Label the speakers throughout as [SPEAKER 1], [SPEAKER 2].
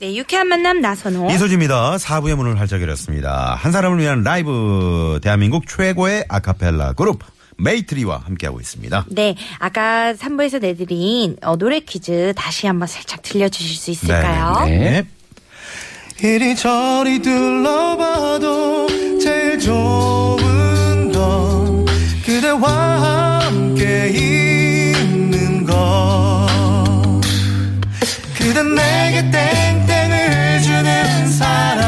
[SPEAKER 1] 네, 유쾌한 만남 나선호.
[SPEAKER 2] 이소지입니다. 4부의 문을 활짝 열었습니다. 한 사람을 위한 라이브 대한민국 최고의 아카펠라 그룹 메이트리와 함께하고 있습니다.
[SPEAKER 1] 네, 아까 3부에서 내드린 어, 노래 퀴즈 다시 한번 살짝 들려주실 수 있을까요?
[SPEAKER 2] 네, 네, 네.
[SPEAKER 3] 이리저리 둘러봐도 제일 좋은 건 그대와 함께 있는 것 그대 내게 땡땡을 주는 사람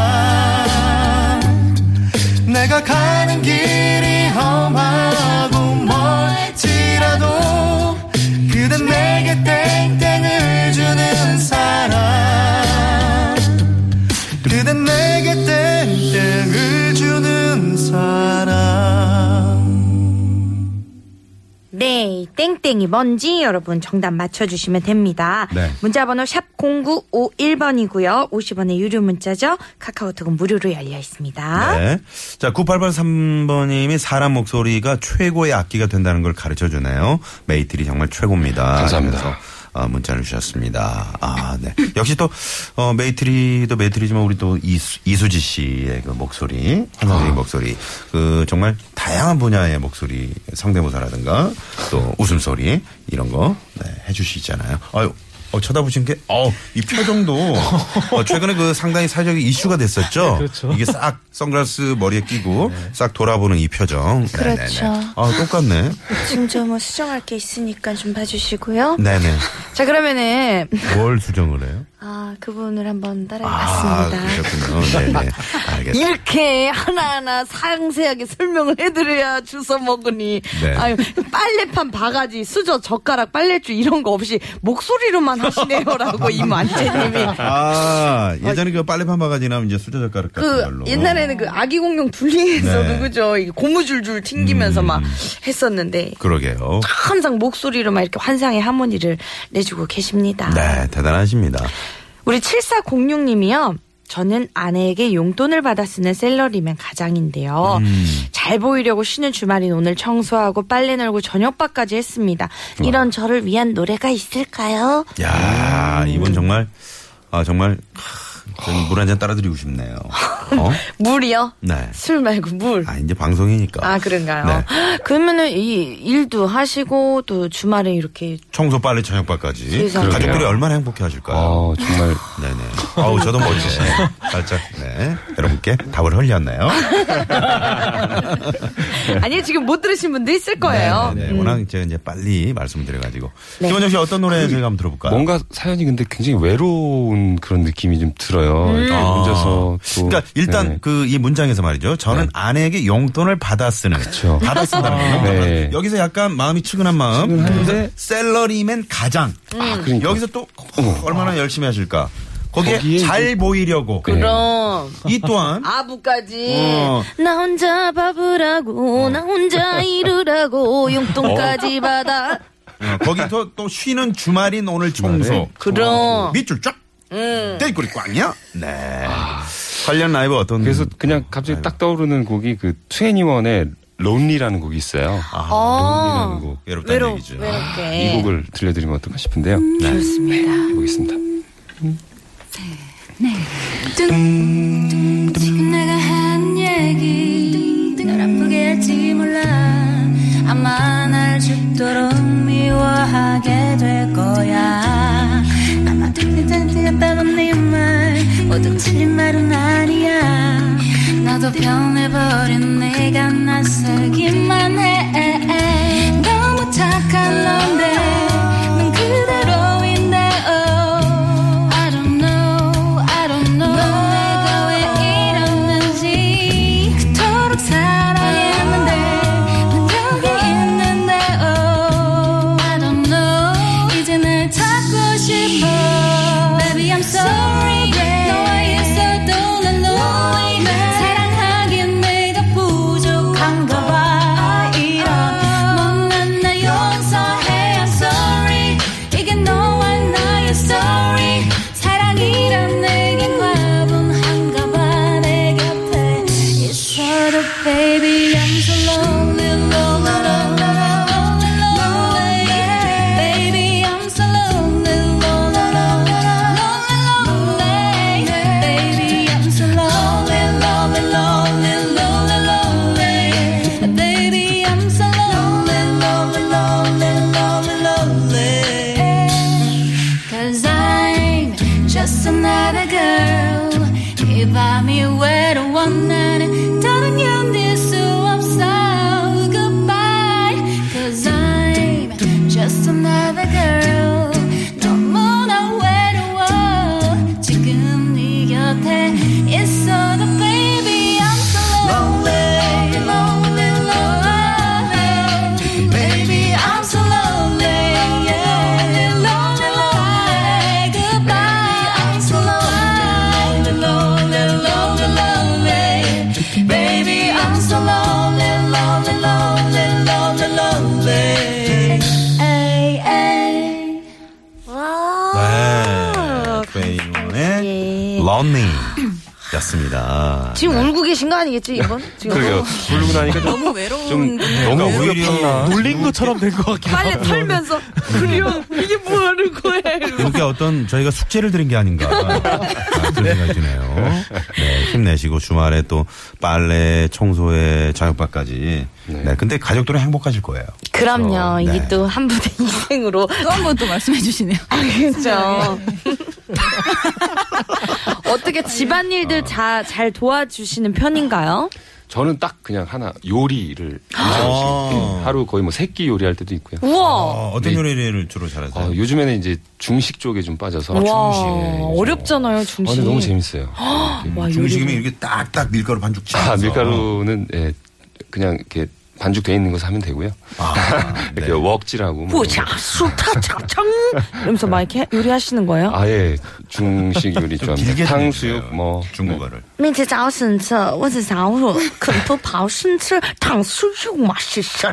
[SPEAKER 3] 내가 가는 길이 험하고 멀지라도 그대 내게 땡땡을 주는 사람 그대 내게 땡땡을 주는 사람
[SPEAKER 1] 네, 땡땡이 뭔지 여러분 정답 맞춰주시면 됩니다.
[SPEAKER 2] 네.
[SPEAKER 1] 문자번호 샵 0951번이고요. 50원의 유료 문자죠. 카카오톡은 무료로 열려 있습니다.
[SPEAKER 2] 네.
[SPEAKER 4] 네.
[SPEAKER 2] 자, 9883번님이 사람 목소리가 최고의 악기가 된다는 걸 가르쳐 주네요. 메이트리 정말 최고입니다.
[SPEAKER 4] 감사합니다.
[SPEAKER 2] 그래서, 어, 문자를 주셨습니다. 아, 네. 역시 또, 어, 메이트리도 메이트리지만 우리 또 이수, 이수지 씨의 그 목소리,
[SPEAKER 4] 아.
[SPEAKER 2] 한선생님 목소리, 그 정말 다양한 분야의 목소리, 성대모사라든가 또 웃음소리 이런 거 네, 해주시잖아요. 아유. 어, 쳐다보신 게, 어, 이 표정도, 어, 최근에 그 상당히 사회적 이슈가 됐었죠? 네. 이게 싹 선글라스 머리에 끼고 싹 돌아보는 이 표정.
[SPEAKER 1] 그렇죠.
[SPEAKER 2] 네네네. 아, 똑같네.
[SPEAKER 1] 지금 저뭐 수정할 게 있으니까 좀 봐주시고요.
[SPEAKER 2] 네네.
[SPEAKER 1] 자, 그러면은
[SPEAKER 2] 뭘 수정을 해요?
[SPEAKER 1] 아, 그분을 한번
[SPEAKER 2] 아,
[SPEAKER 1] 따라해봤습니다.
[SPEAKER 2] 그러셨군요. 네네. 알겠습니다.
[SPEAKER 1] 이렇게 하나하나 상세하게 설명을 해드려야 주워 먹으니
[SPEAKER 2] 네.
[SPEAKER 1] 아유 빨래판 바가지 수저 젓가락 빨래줄 이런 거 없이 목소리로만 하시네요라고 이만재님이
[SPEAKER 2] 아, 예전에 그 빨래판 바가지 나면 이제 수저 젓가락 같은
[SPEAKER 1] 그
[SPEAKER 2] 걸로.
[SPEAKER 1] 옛날에는 그 아기 공룡 둘리에서
[SPEAKER 2] 네. 음.
[SPEAKER 1] 누구죠 이 고무줄줄 튕기면서 막 했었는데
[SPEAKER 2] 그러게요.
[SPEAKER 1] 항상 목소리로만 이렇게 환상의 하모니를 내주고 계십니다.
[SPEAKER 2] 네, 대단하십니다.
[SPEAKER 1] 우리 7406님이요. 저는 아내에게 용돈을 받아 쓰는 셀러리맨 가장인데요.
[SPEAKER 2] 음.
[SPEAKER 1] 잘 보이려고 쉬는 주말인 오늘 청소하고 빨래 널고 저녁밥까지 했습니다. 이런 저를 위한 노래가 있을까요? 음.
[SPEAKER 2] 야 이분 정말, 아, 정말, 물 한 잔 따라드리고 싶네요. 어?
[SPEAKER 1] 물이요?
[SPEAKER 2] 네.
[SPEAKER 1] 술 말고 물.
[SPEAKER 2] 아, 이제 방송이니까.
[SPEAKER 1] 아, 그런가요?
[SPEAKER 2] 네.
[SPEAKER 1] 그러면은 이 일도 하시고 또 주말에 이렇게
[SPEAKER 2] 청소 빨래 저녁밥까지
[SPEAKER 1] 세상에.
[SPEAKER 2] 가족들이 얼마나 행복해 하실까요?
[SPEAKER 4] 아 정말
[SPEAKER 2] 네네. 아우 저도 멋지시네. 살짝 네 여러분께 답을 흘렸네요.
[SPEAKER 1] 아니 지금 못 들으신 분도 있을 거예요.
[SPEAKER 2] 네, 워낙 제가 이제 빨리 말씀드려가지고
[SPEAKER 1] 어. 네.
[SPEAKER 2] 김원정 씨 어떤 노래 저희가 한번 들어볼까요?
[SPEAKER 4] 뭔가 사연이 근데 굉장히 외로운 그런 느낌이 좀 들어요. 이렇게
[SPEAKER 2] 아.
[SPEAKER 4] 혼자서 또
[SPEAKER 2] 그러니까 일단
[SPEAKER 4] 네.
[SPEAKER 2] 그 이 문장에서 말이죠. 저는 아내에게 용돈을 받아 쓰는.
[SPEAKER 4] 그쵸.
[SPEAKER 2] 받아 쓴다는 거예요.
[SPEAKER 4] 네.
[SPEAKER 2] 여기서 약간 마음이 측은한 마음. 그래서 셀러리맨 가장.
[SPEAKER 4] 아, 그러니까.
[SPEAKER 2] 여기서 또 얼마나 열심히 하실까. 거기에,
[SPEAKER 4] 거기에
[SPEAKER 2] 잘 보이려고.
[SPEAKER 1] 그럼
[SPEAKER 2] 이 또한
[SPEAKER 1] 아부까지
[SPEAKER 2] 네.
[SPEAKER 1] 예.
[SPEAKER 2] 어.
[SPEAKER 1] 나 혼자 밥을하고
[SPEAKER 4] 어.
[SPEAKER 1] 나 혼자 일을하고 용돈까지 받아
[SPEAKER 2] 어, 거기서 또 쉬는 주말인 오늘 청소.
[SPEAKER 1] 그럼
[SPEAKER 2] 밑줄 쫙.
[SPEAKER 1] 음.
[SPEAKER 2] 떼꼬리 꽝이야? 네. 관련 라이브 어떤.
[SPEAKER 4] 아. 그래서 그냥 갑자기 딱 떠오르는 곡이 그 투애니원의 론리라는 곡이 있어요.
[SPEAKER 1] 어
[SPEAKER 4] 론리라는 곡.
[SPEAKER 2] 외롭다는
[SPEAKER 1] 외로
[SPEAKER 2] 얘기죠. 네.
[SPEAKER 4] 이
[SPEAKER 1] 외롭게
[SPEAKER 4] 곡을 들려드리면 어떨까 싶은데요.
[SPEAKER 1] 음,
[SPEAKER 4] 네.
[SPEAKER 1] 좋습니다
[SPEAKER 4] 해보겠습니다.
[SPEAKER 5] 지금 내가 한 얘기 널 아프게 할지 몰라 아마 날 죽도록 미워하게 될 거야 아마 뜻했던 네말 모두 틀린 말은 아니야 나도 변해버린 내가 낯설기만 해 너무 착한 넌데 넌 그대로인데 oh I don't know I don't know 내가 왜 이러는지 그토록 사랑했는데 넌 여기 있는데 oh I don't know 이제 날 찾고 싶어 Baby I'm sorry 너와 있어도 난 lonely
[SPEAKER 2] 아.
[SPEAKER 1] 아,
[SPEAKER 2] 런닝이었습니다.
[SPEAKER 1] 지금 울고 계신 거 아니겠지 이분? 지금 어?
[SPEAKER 4] 그러게요. 부르고 나니까 좀
[SPEAKER 6] 너무
[SPEAKER 4] 좀
[SPEAKER 6] 외로운데.
[SPEAKER 2] 뭔가
[SPEAKER 4] 뭔가
[SPEAKER 2] 오히려
[SPEAKER 7] 놀린 것처럼 된 것 같긴
[SPEAKER 1] 빨래 털면서 그려 이게 뭐하는 거야? 이러고.
[SPEAKER 2] 이렇게 어떤 저희가 숙제를 드린 게 아닌가
[SPEAKER 1] 네.
[SPEAKER 2] 아, 그런 생각이 드네요. 네, 힘내시고 주말에 또 빨래, 청소에 자격바까지. 네, 근데 가족들은 행복하실 거예요.
[SPEAKER 4] 어,
[SPEAKER 1] 그럼요.
[SPEAKER 2] 네.
[SPEAKER 1] 이게 또 한 분의 인생으로 아,
[SPEAKER 6] 또 한 번 또 말씀해 주시네요.
[SPEAKER 1] 그렇죠. 어떻게 집안일들 다 잘 도와주시는 편인가요?
[SPEAKER 4] 저는 딱 그냥 하나 요리를
[SPEAKER 2] 아.
[SPEAKER 4] 하루 거의 뭐 세끼 요리할 때도 있고요.
[SPEAKER 1] 우와.
[SPEAKER 2] 어, 어떤
[SPEAKER 4] 네.
[SPEAKER 2] 요리를 주로
[SPEAKER 4] 아,
[SPEAKER 2] 잘하세요?
[SPEAKER 4] 요즘에는 이제 중식 쪽에 좀 빠져서
[SPEAKER 1] 우와.
[SPEAKER 4] 예, 요즘.
[SPEAKER 1] 어렵잖아요
[SPEAKER 4] 아,
[SPEAKER 1] 중식. 아.
[SPEAKER 4] 근데 너무 재밌어요. 이렇게.
[SPEAKER 1] 와,
[SPEAKER 2] 중식이면
[SPEAKER 1] 요리.
[SPEAKER 2] 이렇게 딱딱 밀가루 반죽 치면서.
[SPEAKER 4] 아, 밀가루는 예, 그냥 이렇게 반죽 돼 있는 거 사면 되고요.
[SPEAKER 2] 아, 네.
[SPEAKER 4] 이렇게 웍질하고 뭐
[SPEAKER 1] 보자 수타차청 이러면서 막 이렇게 요리하시는 거예요?
[SPEAKER 4] 아예 중식 요리
[SPEAKER 2] 좀
[SPEAKER 4] 좋아합니다.
[SPEAKER 2] 길게
[SPEAKER 4] 탕수육
[SPEAKER 2] 드리세요.
[SPEAKER 4] 뭐
[SPEAKER 2] 중국어를.
[SPEAKER 1] 面子早醒吃，我是早乳，肯不饱生吃，糖水肉맛있어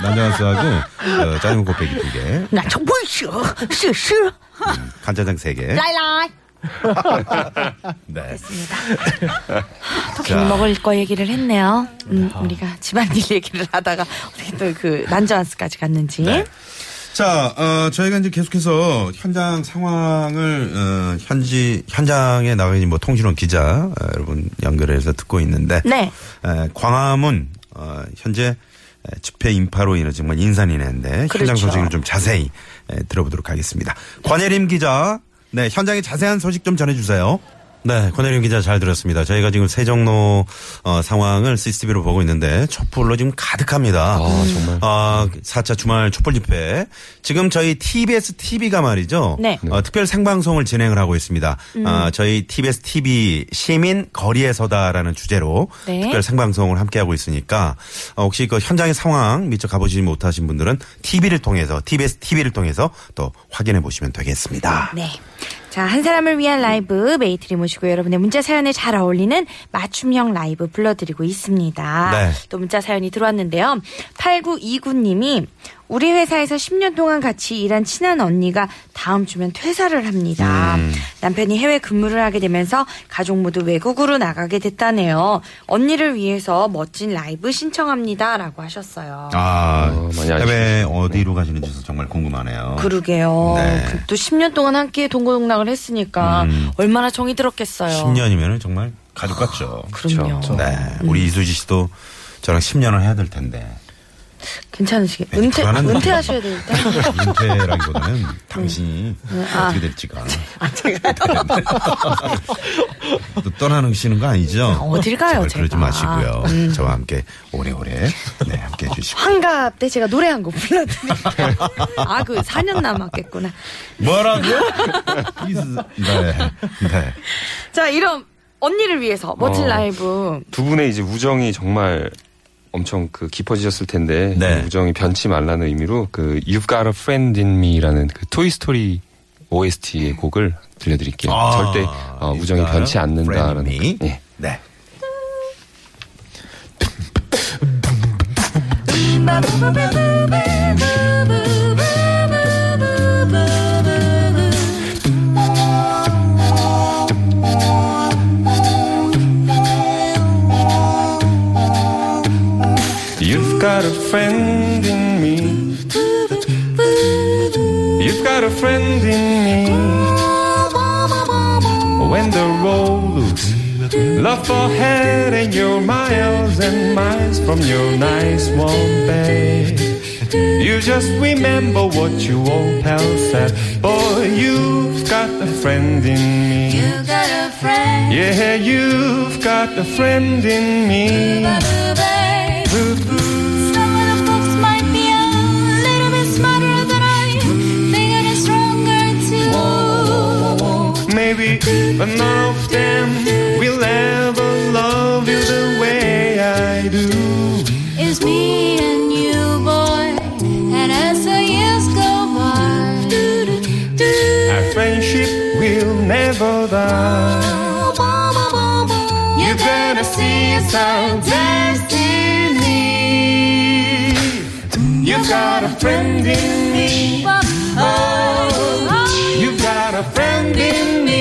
[SPEAKER 2] 남자가스하고 네, 어, 짜장면 곱빼기 두 개,
[SPEAKER 1] 나참不行，是是，来来。
[SPEAKER 2] 간짜장 세 개. 네.
[SPEAKER 1] 빈 먹을 거 얘기를 했네요. 음, 우리가 집안일 얘기를 하다가 어떻게 또 그 난저한스까지 갔는지.
[SPEAKER 2] 네. 자, 어, 저희가 이제 계속해서 현장 상황을 어, 현지 현장에 나가 있는 뭐 통신원 기자 어, 여러분 연결해서 듣고 있는데,
[SPEAKER 1] 네.
[SPEAKER 2] 에, 광화문 어, 현재 에, 집회 인파로 인해 정말 인산이네인데 현장
[SPEAKER 1] 그렇죠.
[SPEAKER 2] 소식을 좀 자세히 에, 들어보도록 하겠습니다. 권혜림 기자, 네 현장의 자세한 소식 좀 전해주세요. 네, 권혜림 기자 잘 들었습니다. 저희가 지금 세종로 어, 상황을 CCTV로 보고 있는데 촛불로 지금 가득합니다.
[SPEAKER 4] 아, 정말.
[SPEAKER 2] 아, 4차 주말 촛불 집회. 지금 저희 TBS TV가 말이죠.
[SPEAKER 1] 네. 음.
[SPEAKER 2] 어, 특별 생방송을 진행을 하고 있습니다. 아, 저희 TBS TV 시민 거리에서다라는 주제로
[SPEAKER 1] 네.
[SPEAKER 2] 특별 생방송을 함께 하고 있으니까 어, 혹시 그 현장의 상황 미처 가보지 못하신 분들은 TV를 통해서 TBS TV를 통해서 또 확인해 보시면 되겠습니다.
[SPEAKER 1] 네. 자, 한 사람을 위한 라이브 메이트리 모시고 여러분의 문자 사연에 잘 어울리는 맞춤형 라이브 불러드리고 있습니다.
[SPEAKER 2] 네.
[SPEAKER 1] 또 문자 사연이 들어왔는데요. 8929님이 우리 회사에서 10년 동안 같이 일한 친한 언니가 다음 주면 퇴사를 합니다.
[SPEAKER 2] 음.
[SPEAKER 1] 남편이 해외 근무를 하게 되면서 가족 모두 외국으로 나가게 됐다네요. 언니를 위해서 멋진 라이브 신청합니다. 라고 하셨어요.
[SPEAKER 2] 아,
[SPEAKER 4] 어, 많이
[SPEAKER 2] 해외 어디로 가시는지 정말 궁금하네요.
[SPEAKER 1] 그러게요.
[SPEAKER 2] 아, 네.
[SPEAKER 1] 그 또 10년 동안 함께 동고동락을 했으니까 얼마나 정이 들었겠어요.
[SPEAKER 2] 10년이면 정말 가족 같죠.
[SPEAKER 1] 그럼요.
[SPEAKER 2] 네, 우리 이수지 씨도 저랑 10년을 해야 될 텐데.
[SPEAKER 1] 괜찮으시게
[SPEAKER 2] 네,
[SPEAKER 1] 은퇴
[SPEAKER 2] 불안한데.
[SPEAKER 1] 은퇴하셔야 돼요. 일단.
[SPEAKER 2] 인퇴라기보다는 당신이
[SPEAKER 1] 아.
[SPEAKER 2] 어떻게 될지가. 또 떠나시는 거 아니죠?
[SPEAKER 1] 어딜 가요,
[SPEAKER 2] 제발 그러지
[SPEAKER 1] 제가. 아, 음.
[SPEAKER 2] 마시고요. 저와 함께 오래오래 네, 함께 해주시고.
[SPEAKER 1] 환갑 때 제가 노래 한 곡 불러드릴게요. 아그 4년 남았겠구나.
[SPEAKER 2] 뭐라고요? 이수- 네, 네.
[SPEAKER 1] 자 이런 언니를 위해서 멋진
[SPEAKER 4] 어.
[SPEAKER 1] 라이브.
[SPEAKER 4] 두 분의 이제 우정이 정말 엄청 그 깊어지셨을 텐데
[SPEAKER 2] 네.
[SPEAKER 4] 이 우정이 변치 말라는 의미로 그 You've Got a Friend in Me라는 그 토이 스토리 OST의 곡을 들려드릴게요.
[SPEAKER 2] 음. 아,
[SPEAKER 4] 절대 어, 우정이
[SPEAKER 2] 이거요?
[SPEAKER 4] 변치 않는다라는.
[SPEAKER 2] Friendly.
[SPEAKER 4] 예.
[SPEAKER 2] 네.
[SPEAKER 4] You've got a friend in me. You've got a friend in me. When the road looks love ahead and you're miles and miles from your nice warm bed. You just remember what your old pal said. Boy, you've got a friend in me.
[SPEAKER 5] You got a friend
[SPEAKER 4] Yeah, you've got a friend in me. Boo, boo. Maybe none of them will ever love you the way I do.
[SPEAKER 5] It's me and you, boy. And as the years go by,
[SPEAKER 4] Our friendship will never die.
[SPEAKER 5] you're gonna see it's our destiny.
[SPEAKER 4] You've got a friend in me.
[SPEAKER 5] Oh, oh,
[SPEAKER 4] You've got a friend in me.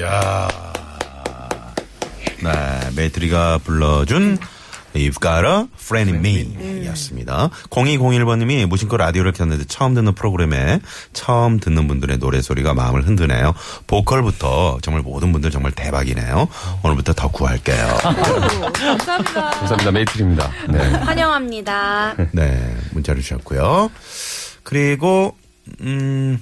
[SPEAKER 2] 야. 네, 메이트리가 불러준 You've Got a Friend in Me 였습니다. 0201번님이 무심코 라디오를 켰는데 처음 듣는 프로그램에 처음 듣는 분들의 노래소리가 마음을 흔드네요. 보컬부터 정말 모든 분들 정말 대박이네요. 오늘부터 더 구할게요.
[SPEAKER 4] 감사합니다. 메이트리입니다. 네.
[SPEAKER 1] 환영합니다.
[SPEAKER 2] 네, 문자를 주셨고요. 그리고, 음,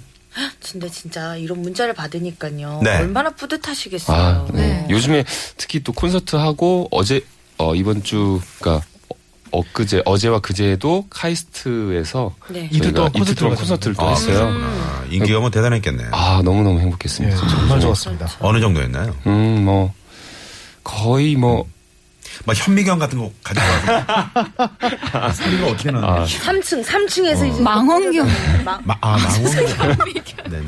[SPEAKER 1] 근데 진짜 이런 문자를 받으니까요.
[SPEAKER 2] 네.
[SPEAKER 1] 얼마나 뿌듯하시겠어요.
[SPEAKER 4] 아, 네. 요즘에 특히 또 콘서트 하고 어제 어 이번 주 그러니까 어- 엊그제 어제와 그제도 카이스트에서
[SPEAKER 1] 네.
[SPEAKER 4] 저희가
[SPEAKER 6] 이틀 동안
[SPEAKER 4] 이틀 동안 콘서트를
[SPEAKER 6] 콘서트를
[SPEAKER 4] 또
[SPEAKER 2] 아,
[SPEAKER 4] 했어요.
[SPEAKER 2] 아, 인기가 뭐 대단했겠네요.
[SPEAKER 4] 아, 너무너무 행복했습니다.
[SPEAKER 6] 예,
[SPEAKER 4] 진짜.
[SPEAKER 6] 정말 좋았습니다.
[SPEAKER 2] 어느 정도였나요?
[SPEAKER 4] 음, 뭐 거의 뭐
[SPEAKER 2] 막 현미경 같은 거 가지고 와서. 아, 소리가 어떻게 나나.
[SPEAKER 1] 3층, 3층에서 이제
[SPEAKER 7] 망원경.
[SPEAKER 2] 마, 아, 망원. 네네.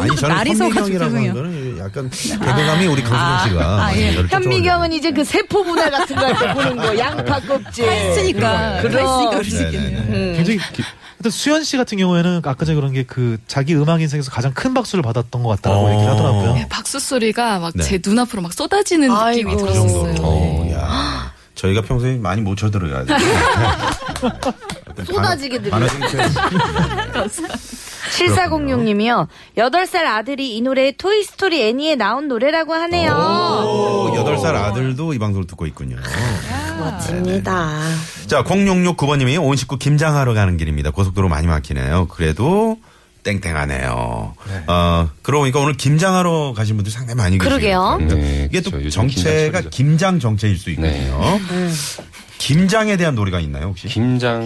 [SPEAKER 2] 아니, 저는
[SPEAKER 7] 날이 서가지고
[SPEAKER 2] 현미경이라고
[SPEAKER 7] 죄송해요.
[SPEAKER 2] 한 거는 약간
[SPEAKER 1] 아.
[SPEAKER 2] 개그감이 우리 강수정 씨가. 많이
[SPEAKER 1] 예.
[SPEAKER 2] 저를 쫓아오려고.
[SPEAKER 1] 현미경은 이제 그 세포 문화 같은 거 할 때 보는 거 양파 껍질.
[SPEAKER 7] 했으니까.
[SPEAKER 1] 그럼.
[SPEAKER 2] 네네.
[SPEAKER 1] 음,
[SPEAKER 6] 굉장히 기- 하여튼 수현 씨 같은 경우에는 아까 전에 그런 게 그 자기 음악 인생에서 가장 큰 박수를 받았던 것 같다고
[SPEAKER 2] 어.
[SPEAKER 6] 얘기를 하더라고요.
[SPEAKER 7] 네, 박수 소리가 막
[SPEAKER 2] 네.
[SPEAKER 7] 제 눈앞으로 막 쏟아지는 느낌이
[SPEAKER 1] 아이고.
[SPEAKER 7] 들었어요.
[SPEAKER 2] 그 어,
[SPEAKER 1] 네.
[SPEAKER 2] 야. 저희가 평소에 많이 못 쳐들어가야 돼요.
[SPEAKER 1] 쏟아지게 들려요.
[SPEAKER 2] 들려요.
[SPEAKER 1] 7406님이요. 8살 아들이 이 노래 토이스토리 애니에 나온 노래라고 하네요.
[SPEAKER 2] 오, 8살 아들도 이 방송을 듣고 있군요.
[SPEAKER 1] 아, 맞습니다.
[SPEAKER 2] 자, 0669번님이 온 식구 김장하러 가는 길입니다. 고속도로 많이 막히네요. 그래도 땡땡하네요. 어, 그러고 보니까 오늘 김장하러 가신 분들 상당히 많이 계시요
[SPEAKER 1] 그러게요.
[SPEAKER 4] 네,
[SPEAKER 2] 이게 또
[SPEAKER 4] 그렇죠. 요즘
[SPEAKER 2] 정체가
[SPEAKER 4] 김장철이죠. 네.
[SPEAKER 2] 김장 정체일 수 있거든요. 김장에 대한 노래가 있나요, 혹시?
[SPEAKER 4] 김장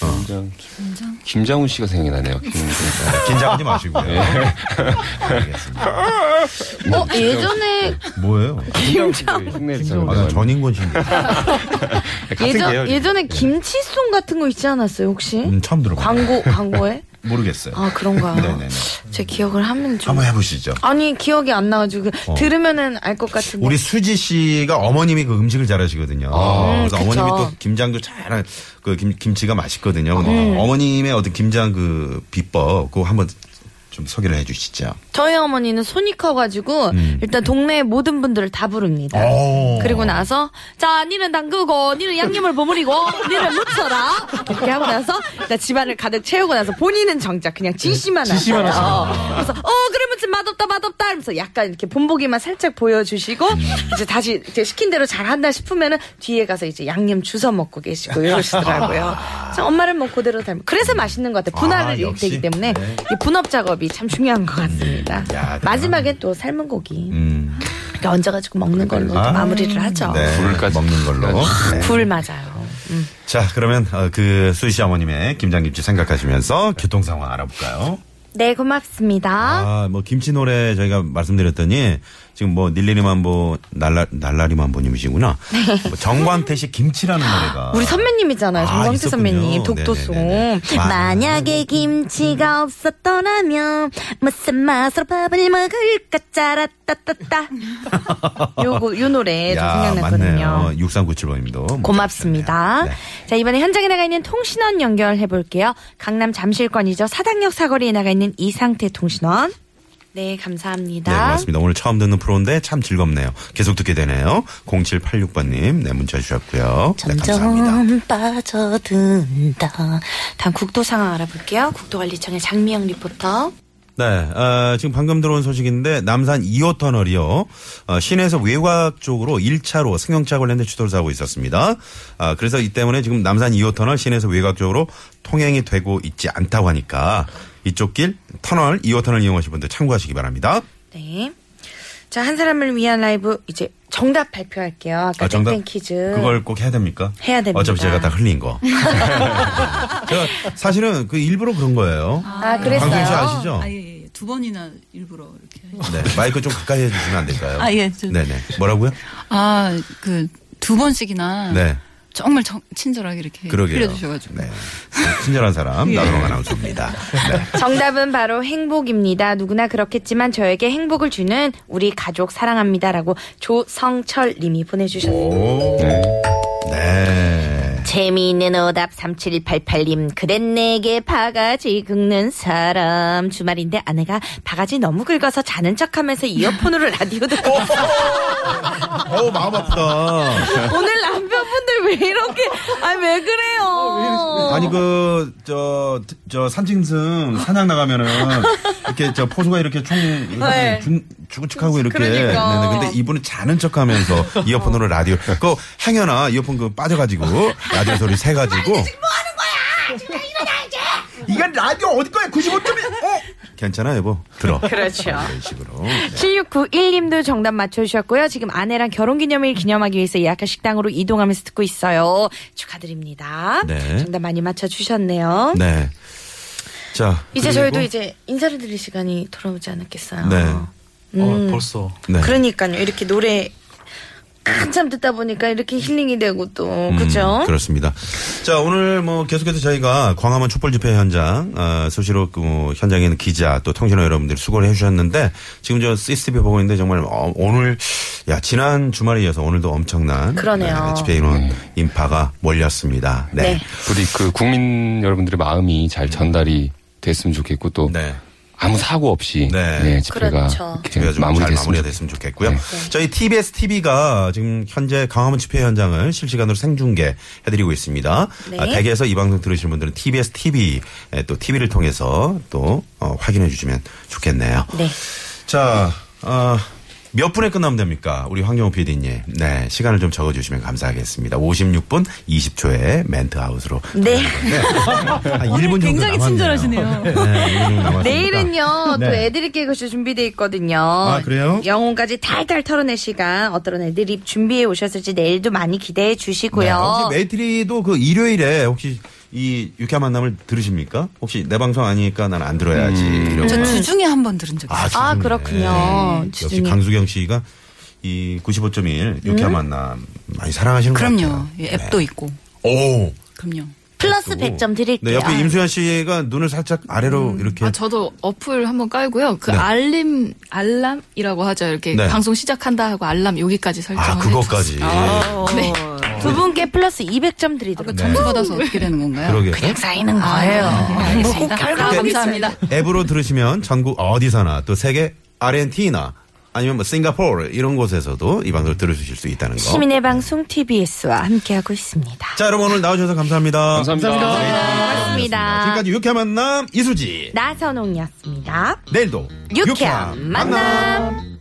[SPEAKER 4] 김장 김장, 김장훈 씨가 생각이 나네요. 김장.
[SPEAKER 2] 긴장하지 마시고요.
[SPEAKER 4] 네.
[SPEAKER 2] 알겠습니다. 네.
[SPEAKER 1] 어, 예전에,
[SPEAKER 2] 뭐예요?
[SPEAKER 4] 김장.
[SPEAKER 2] 아, 난 전인권 씨.
[SPEAKER 1] 예전, 예전에 김치송 같은 거 있지 않았어요, 혹시?
[SPEAKER 2] 네. 음, 처음 들어봐요.
[SPEAKER 1] 광고, 광고에?
[SPEAKER 2] 모르겠어요.
[SPEAKER 1] 아, 그런가.
[SPEAKER 2] 네네네.
[SPEAKER 1] 제 기억을 하면 좀.
[SPEAKER 2] 한번 해보시죠. 어.
[SPEAKER 1] 아니, 기억이 안 나가지고. 그 들으면은 알 것 같은데.
[SPEAKER 2] 우리 수지 씨가 어머님이 그 음식을 잘하시거든요. 그래서
[SPEAKER 1] 음, 그쵸.
[SPEAKER 2] 어머님이 또 김장도 잘그 김치가 맛있거든요.
[SPEAKER 1] 음.
[SPEAKER 2] 어머님의 어떤 김장 그 비법 그거 한번 좀 소개를 해주시죠.
[SPEAKER 1] 저희 어머니는 손이 커가지고 일단 동네 모든 분들을 다 부릅니다.
[SPEAKER 2] 오.
[SPEAKER 1] 그리고 나서 자, 니는 담그고, 니는 양념을 버무리고, 니는 묻혀라 이렇게 하고 나서 일단 집안을 가득 채우고 나서 본인은 정작 그냥 네, 지시만
[SPEAKER 6] 지시만
[SPEAKER 1] 하세요.
[SPEAKER 6] 하시는
[SPEAKER 1] 어. 그래서 어, 그러면 좀 맛없다, 맛없다 하면서 약간 이렇게 본보기만 살짝 보여주시고 이제 다시 이제 시킨 대로 잘 한다 싶으면은 뒤에 가서 이제 양념 주워 먹고 계시고 이러시더라고요. 그래서 엄마를 뭐 그대로 닮. 그래서 맛있는 것 같아요. 분할을
[SPEAKER 2] 아, 역시.
[SPEAKER 1] 일으키기 때문에
[SPEAKER 2] 네.
[SPEAKER 1] 이 분업 작업이 참 중요한 것 같습니다.
[SPEAKER 2] 음. 야, 대단하네.
[SPEAKER 1] 마지막에 또 삶은 고기
[SPEAKER 2] 음,
[SPEAKER 1] 이렇게 얹어가지고 먹는 걸로
[SPEAKER 2] 아.
[SPEAKER 1] 또 마무리를 하죠.
[SPEAKER 2] 네,
[SPEAKER 4] 불까지.
[SPEAKER 2] 먹는 걸로. 네.
[SPEAKER 1] 불 맞아요. 음.
[SPEAKER 2] 자, 그러면 어, 그 수지 씨 어머님의 김장김치 생각하시면서 교통 상황 알아볼까요?
[SPEAKER 1] 네 고맙습니다.
[SPEAKER 2] 아, 뭐 김치 노래 저희가 말씀드렸더니 지금 뭐 닐리리만보 날라 날라리만보님이시구나. 뭐 정광태 씨 김치라는 노래가
[SPEAKER 1] 네. 우리 선배님이잖아요.
[SPEAKER 2] 아,
[SPEAKER 1] 정광태
[SPEAKER 2] 있었군요.
[SPEAKER 1] 선배님 독도송.
[SPEAKER 2] 네네네네. 아.
[SPEAKER 1] 만약에 김치가 없었더라면 무슨 맛으로 밥을 먹을까 짜라따따따. 요거 요 노래 좀 생각났거든요.
[SPEAKER 2] 맞네요. 6397번님도 뭐
[SPEAKER 1] 음, 고맙습니다.
[SPEAKER 2] 네.
[SPEAKER 1] 자, 이번에 현장에 나가 있는 통신원 연결해 볼게요. 강남 잠실권이죠. 사당역 사거리에 나가 있는 이상태 통신원. 네,
[SPEAKER 2] 네,
[SPEAKER 1] 감사합니다.
[SPEAKER 2] 고맙습니다. 오늘 처음 듣는 프로인데 참 즐겁네요. 계속 듣게 되네요. 0786번님, 네, 문자 주셨고요. 네, 감사합니다.
[SPEAKER 1] 점점 빠져든다. 다음 국도 상황 알아볼게요. 국도관리청의 장미영 리포터.
[SPEAKER 2] 네, 아, 지금 방금 들어온 소식인데 남산 2호 터널이요. 어, 시내에서 외곽 쪽으로 1차로 승용차 관련된 추돌을 하고 있었습니다. 아, 그래서 이 때문에 지금 남산 2호 터널 시내에서 외곽 쪽으로 통행이 되고 있지 않다고 하니까 이쪽 길 터널 2호 터널 이용하실 분들 참고하시기 바랍니다.
[SPEAKER 1] 네. 자, 한 사람을 위한 라이브 이제 정답 발표할게요. 아까
[SPEAKER 2] 아, 정답.
[SPEAKER 1] 땡땡 퀴즈.
[SPEAKER 2] 그걸 꼭 해야 됩니까?
[SPEAKER 1] 해야 됩니다.
[SPEAKER 2] 어차피 제가 다 흘린 거. 제가 사실은 그 일부러 그런 거예요.
[SPEAKER 1] 아,
[SPEAKER 2] 방송 씨
[SPEAKER 1] 그랬어요.
[SPEAKER 2] 아시죠?
[SPEAKER 7] 아, 예, 예. 두 번이나 일부러 이렇게. 하시-
[SPEAKER 2] 네. 마이크 좀 가까이 해주시면 안 될까요?
[SPEAKER 7] 아, 예, 좀.
[SPEAKER 2] 네네. 뭐라고요?
[SPEAKER 7] 아, 그, 두 번씩이나.
[SPEAKER 2] 네.
[SPEAKER 7] 정말 정- 친절하게 이렇게.
[SPEAKER 2] 그러게요.
[SPEAKER 7] 흘려주셔가지고. 예.
[SPEAKER 2] 네. 친절한 사람, 나도롱 아나운서입니다. 네.
[SPEAKER 1] 정답은 바로 행복입니다. 누구나 그렇겠지만 저에게 행복을 주는 우리 가족 사랑합니다라고 조성철 님이 보내주셨습니다.
[SPEAKER 2] 오.
[SPEAKER 4] 네.
[SPEAKER 2] 네.
[SPEAKER 1] 재미있는 오답 3788님 그댄 내게 바가지 긁는 사람 주말인데 아내가 바가지 너무 긁어서 자는 척하면서 이어폰으로 라디오 듣고
[SPEAKER 2] 어 마음 아프다.
[SPEAKER 1] 오늘 남편분들 왜 이렇게 아니 어, 왜 그래요
[SPEAKER 2] 아니 그 저 저 산짐승 사냥 나가면은 이렇게 저 포수가 이렇게 총
[SPEAKER 1] 네.
[SPEAKER 2] 중- 주구축하고 이렇게
[SPEAKER 1] 그러니까.
[SPEAKER 2] 네, 네. 근데 이분은 자는 척하면서 이어폰으로 라디오 그 행여나 이어폰 그 빠져가지고 라디오 소리 새 가지고
[SPEAKER 1] 뭐
[SPEAKER 2] 이건 라디오 어디 거야 95점이 어 괜찮아 여보 들어
[SPEAKER 1] 그렇죠
[SPEAKER 2] 이런 식으로 네.
[SPEAKER 1] 7691님도 정답 맞춰주셨고요. 지금 아내랑 결혼기념일 기념하기 위해서 예약한 식당으로 이동하면서 듣고 있어요. 축하드립니다.
[SPEAKER 2] 네.
[SPEAKER 1] 정답 많이 맞춰주셨네요.
[SPEAKER 2] 네. 자.
[SPEAKER 1] 이제
[SPEAKER 2] 그리고-
[SPEAKER 1] 저희도 이제 인사를 드릴 시간이 돌아오지 않았겠어요.
[SPEAKER 2] 네.
[SPEAKER 6] 어, 벌써
[SPEAKER 2] 네.
[SPEAKER 1] 그러니까요. 이렇게 노래 한참 듣다 보니까 이렇게 힐링이 되고 또 그죠?
[SPEAKER 2] 음, 그렇습니다. 자, 오늘 뭐 계속해서 저희가 광화문 촛불 집회 현장, 아, 수시로 그뭐 현장에 있는 기자 또 통신원 여러분들이 수고를 해주셨는데 지금 저 CCTV 보고 있는데 정말 어, 오늘, 야, 지난 주말에 이어서 오늘도 엄청난
[SPEAKER 1] 그러네요.
[SPEAKER 2] 네, 집회 인원 인파가 몰렸습니다. 네.
[SPEAKER 8] 부디 그 국민 여러분들의 마음이 잘 전달이 됐으면 좋겠고 또
[SPEAKER 2] 네.
[SPEAKER 8] 아무 사고 없이
[SPEAKER 2] 네.
[SPEAKER 8] 네. 집회가
[SPEAKER 1] 그렇죠.
[SPEAKER 8] 이렇게
[SPEAKER 2] 집회가 좀잘 예, 마무리가
[SPEAKER 8] 마무리됐으면
[SPEAKER 2] 됐으면 좋겠고요.
[SPEAKER 8] 네.
[SPEAKER 2] 저희 TBS TV가 지금 현재 광화문 집회 현장을 실시간으로 생중계 해드리고 있습니다.
[SPEAKER 1] 네.
[SPEAKER 2] 아, 댁에서 이 방송 들으시는 분들은 TBS TV 예, 또 TV를 통해서 또 어, 확인해 주시면 좋겠네요.
[SPEAKER 1] 네.
[SPEAKER 2] 자, 어, 몇 분에 끝나면 됩니까? 우리 황경호 PD님. 네, 시간을 좀 적어주시면 감사하겠습니다. 56분 20초에 멘트아웃으로.
[SPEAKER 1] 네.
[SPEAKER 2] 한 1분 정도
[SPEAKER 7] 어, 굉장히
[SPEAKER 2] 남았네요.
[SPEAKER 7] 친절하시네요.
[SPEAKER 2] 네, 1분 정도 남았으니까.
[SPEAKER 1] 내일은요 또
[SPEAKER 2] 네.
[SPEAKER 1] 애드립 개그쇼 준비돼 있거든요.
[SPEAKER 2] 아, 그래요?
[SPEAKER 1] 영혼까지 탈탈 털어낼 시간 어떤 애드립 준비해 오셨을지 내일도 많이 기대해
[SPEAKER 2] 네,
[SPEAKER 1] 주시고요.
[SPEAKER 2] 혹시 메이트리도 그 일요일에 혹시 이 유쾌한 만남을 들으십니까? 혹시 내 방송 아니니까 난 안 들어야지. 이러고.
[SPEAKER 7] 저 주중에 한 번 들은 적이 있어요.
[SPEAKER 1] 아,
[SPEAKER 2] 죄송해요.
[SPEAKER 1] 그렇군요.
[SPEAKER 2] 음, 네. 역시
[SPEAKER 1] 주중에.
[SPEAKER 2] 강수경 씨가 이 95.1 유쾌한 만남 많이 사랑하시는 것
[SPEAKER 7] 그럼요.
[SPEAKER 2] 같아요.
[SPEAKER 7] 예, 앱도
[SPEAKER 2] 네.
[SPEAKER 7] 있고.
[SPEAKER 2] 오.
[SPEAKER 7] 그럼요.
[SPEAKER 1] 플러스 100점
[SPEAKER 2] 네,
[SPEAKER 1] 드릴게요.
[SPEAKER 2] 옆에 임수연 씨가 눈을 살짝 아래로 이렇게
[SPEAKER 9] 아, 저도 어플 한번 깔고요. 그
[SPEAKER 2] 네.
[SPEAKER 9] 알림, 알람이라고 하죠. 이렇게
[SPEAKER 2] 네.
[SPEAKER 9] 방송 시작한다 하고 알람 여기까지 설정을
[SPEAKER 2] 아, 그것까지.
[SPEAKER 9] 네.
[SPEAKER 1] 두 분께 플러스 200점 드리도록.
[SPEAKER 7] 그러니까
[SPEAKER 2] 네.
[SPEAKER 7] 점수 받아서 어떻게 되는 건가요? 아, 네.
[SPEAKER 2] 그러게요.
[SPEAKER 1] 쌓이는 거예요. 뭐 결과
[SPEAKER 7] 감사합니다.
[SPEAKER 2] 앱으로 들으시면 전국 어디서나 또 세계 아르헨티나 아니면 뭐 싱가포르 이런 곳에서도 이 방송을 들으실 수 있다는 거.
[SPEAKER 1] 시민의 방송 TBS와 함께하고 있습니다.
[SPEAKER 2] 자, 여러분 오늘 나와주셔서 감사합니다.
[SPEAKER 8] 감사합니다.
[SPEAKER 1] 고맙습니다.
[SPEAKER 2] 지금까지 유쾌한 만남 이수지.
[SPEAKER 1] 나선홍이었습니다.
[SPEAKER 2] 내일도
[SPEAKER 1] 유쾌한 만남.